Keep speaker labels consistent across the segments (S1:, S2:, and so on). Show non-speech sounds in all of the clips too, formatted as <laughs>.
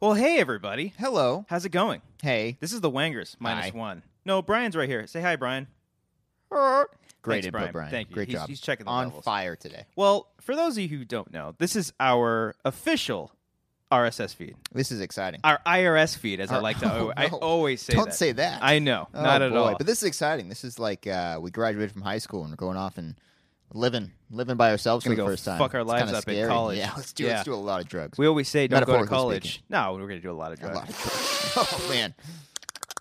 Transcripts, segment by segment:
S1: Well, hey everybody.
S2: Hello.
S1: How's it going?
S2: Hey.
S1: This is the Wangers minus
S2: Hi.
S1: one. No, Brian's right here. Say hi, Brian.
S2: Great
S1: Thanks,
S2: input,
S1: Brian.
S2: Brian.
S1: Thank you.
S2: Great
S1: He's-
S2: job.
S1: he's checking the
S2: on
S1: levels.
S2: fire today.
S1: Well, for those of you who don't know, this is our official RSS feed,
S2: This is exciting.
S1: our IRS feed, as I
S2: Our-
S1: like to.
S2: <laughs> oh,
S1: I
S2: no.
S1: always say.
S2: Don't
S1: that.
S2: say that.
S1: I know.
S2: Oh,
S1: not at
S2: boy.
S1: all.
S2: But this is exciting. This is like uh, we graduated from high school and we're going off and living, living by ourselves for
S1: Gonna
S2: the
S1: go
S2: first time.
S1: fuck our
S2: It's
S1: lives
S2: kinda
S1: up in
S2: scary.
S1: college.
S2: Yeah, let's do
S1: Yeah.
S2: let's do a lot of drugs.
S1: we always say don't go to
S2: Metaphorically
S1: college.
S2: speaking.
S1: No, we're gonna do a lot of
S2: a lot
S1: drugs.
S2: of drugs. <laughs> oh man,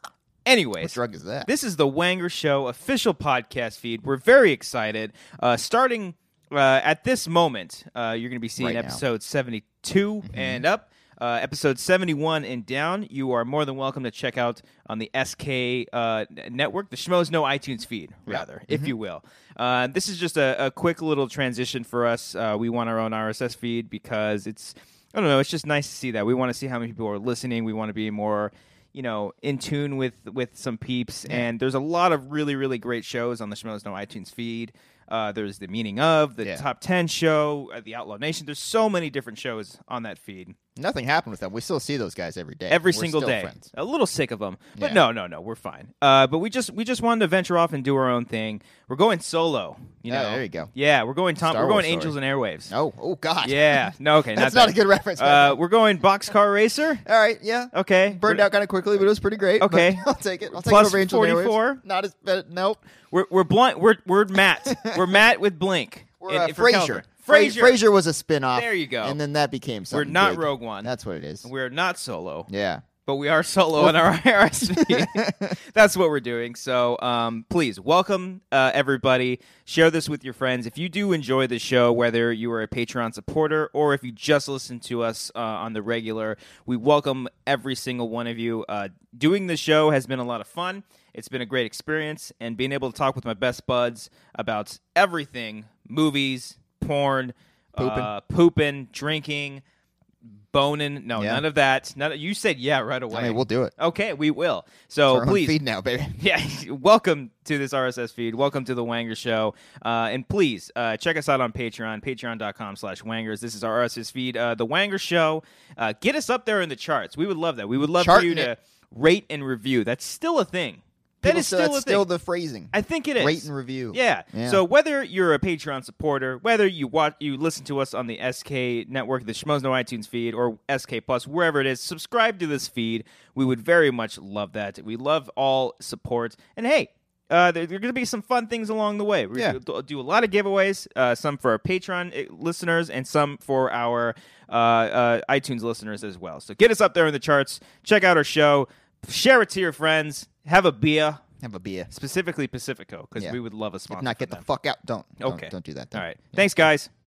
S2: what
S1: Anyways,
S2: drug is that?
S1: This is the Wanger Show official podcast feed. We're very excited. Uh, starting uh, at this moment, uh, you're going to be seeing
S2: Right now.
S1: episode 72 and up. Uh, episode 71 and down, you are more than welcome to check out on the SK uh, n- network, the Schmoes No iTunes feed, rather, if you will. Uh, this is just a, a quick little transition for us. Uh, we want our own RSS feed because it's, I don't know, it's just nice to see that. We want to see how many people are listening. We want to be more, you know in tune with with some peeps and there's a lot of really really great shows on the Schmoes No iTunes feed. Uh, there's the meaning of the
S2: Yeah.
S1: top ten show, uh, the Outlaw Nation. There's so many different shows on that feed
S2: Nothing happened with them. We still see those guys every day.
S1: every
S2: We're
S1: single
S2: still
S1: day.
S2: friends.
S1: A little sick of them, but
S2: Yeah.
S1: no, no, no, we're fine. Uh, but we just we just wanted to venture off and do our own thing. We're going solo, you
S2: Yeah,
S1: know.
S2: Oh, there you go.
S1: Yeah, we're going Tom.
S2: Star
S1: we're going
S2: Wars
S1: Angels
S2: story.
S1: and Airwaves.
S2: Oh, oh God.
S1: Yeah, no, okay,
S2: <laughs> That's
S1: not,
S2: not a
S1: that.
S2: good reference,
S1: Uh, we're going Boxcar Racer.
S2: All right. Yeah.
S1: Okay,
S2: <laughs> Burned
S1: We're-
S2: out kind of quickly, but it was pretty great. but
S1: Okay.
S2: <laughs> I'll take it. I'll take
S1: Plus
S2: it over Angel and Airwaves.
S1: 44.
S2: Not as bad. Nope.
S1: We're we're blunt. We're we're Matt. we're Matt with Blink.
S2: <laughs> We're
S1: in-
S2: uh,
S1: in- for
S2: Frasier.
S1: Calvert.
S2: Fra-
S1: Frasier.
S2: Frasier was a spin-off.
S1: There you go.
S2: And then that became something.
S1: not
S2: big.
S1: Rogue One.
S2: That's what it is.
S1: We're not solo,
S2: yeah.
S1: but we are solo on
S2: <laughs>
S1: our IRSP. That's what we're doing. So um, please welcome uh, everybody. Share this with your friends. If you do enjoy the show, whether you are a Patreon supporter or if you just listen to us uh, on the regular, we welcome every single one of you. Uh, doing the show has been a lot of fun. It's been a great experience, and being able to talk with my best buds about everything movies, porn,
S2: Pooping.
S1: uh, pooping drinking, boning. No,
S2: Yeah.
S1: none of that. None of, you said yeah right away.
S2: I mean, we'll do it.
S1: okay, we will.
S2: It's
S1: So
S2: our own
S1: Oh, please,
S2: feed now, baby.
S1: <laughs> yeah, welcome to this RSS feed. Welcome to the Wanger Show. Uh, and please uh, check us out on Patreon, patreon.com slash wangers. This is our RSS feed, uh, The Wanger Show. Uh, get us up there in the charts. We would love that. We would love for
S2: Charting
S1: you to
S2: it.
S1: rate and review. That's still a thing. That
S2: People
S1: is
S2: still,
S1: still
S2: that's
S1: a
S2: still
S1: thing.
S2: the phrasing.
S1: I think it is.
S2: Rate and review.
S1: Yeah.
S2: Yeah.
S1: So whether you're a Patreon supporter, whether you watch, you listen to us on the SK network, the Schmoes No iTunes feed, or SK Plus, wherever it is, subscribe to this feed. We would very much love that. We love all support. And hey. Uh, there, there are going to be some fun things along the way. We're
S2: Yeah.
S1: going to do a lot of giveaways, uh, some for our Patreon eh, listeners and some for our uh, uh, iTunes listeners as well. So get us up there in the charts. Check out our show. Share it to your friends. Have a beer,
S2: Have a beer.
S1: specifically Pacifico, because
S2: Yeah.
S1: we would love a sponsor.
S2: If not, get
S1: from
S2: the
S1: them.
S2: fuck out. Don't.
S1: Okay.
S2: Don't, don't do that.
S1: All
S2: Don't.
S1: right. Thanks, guys.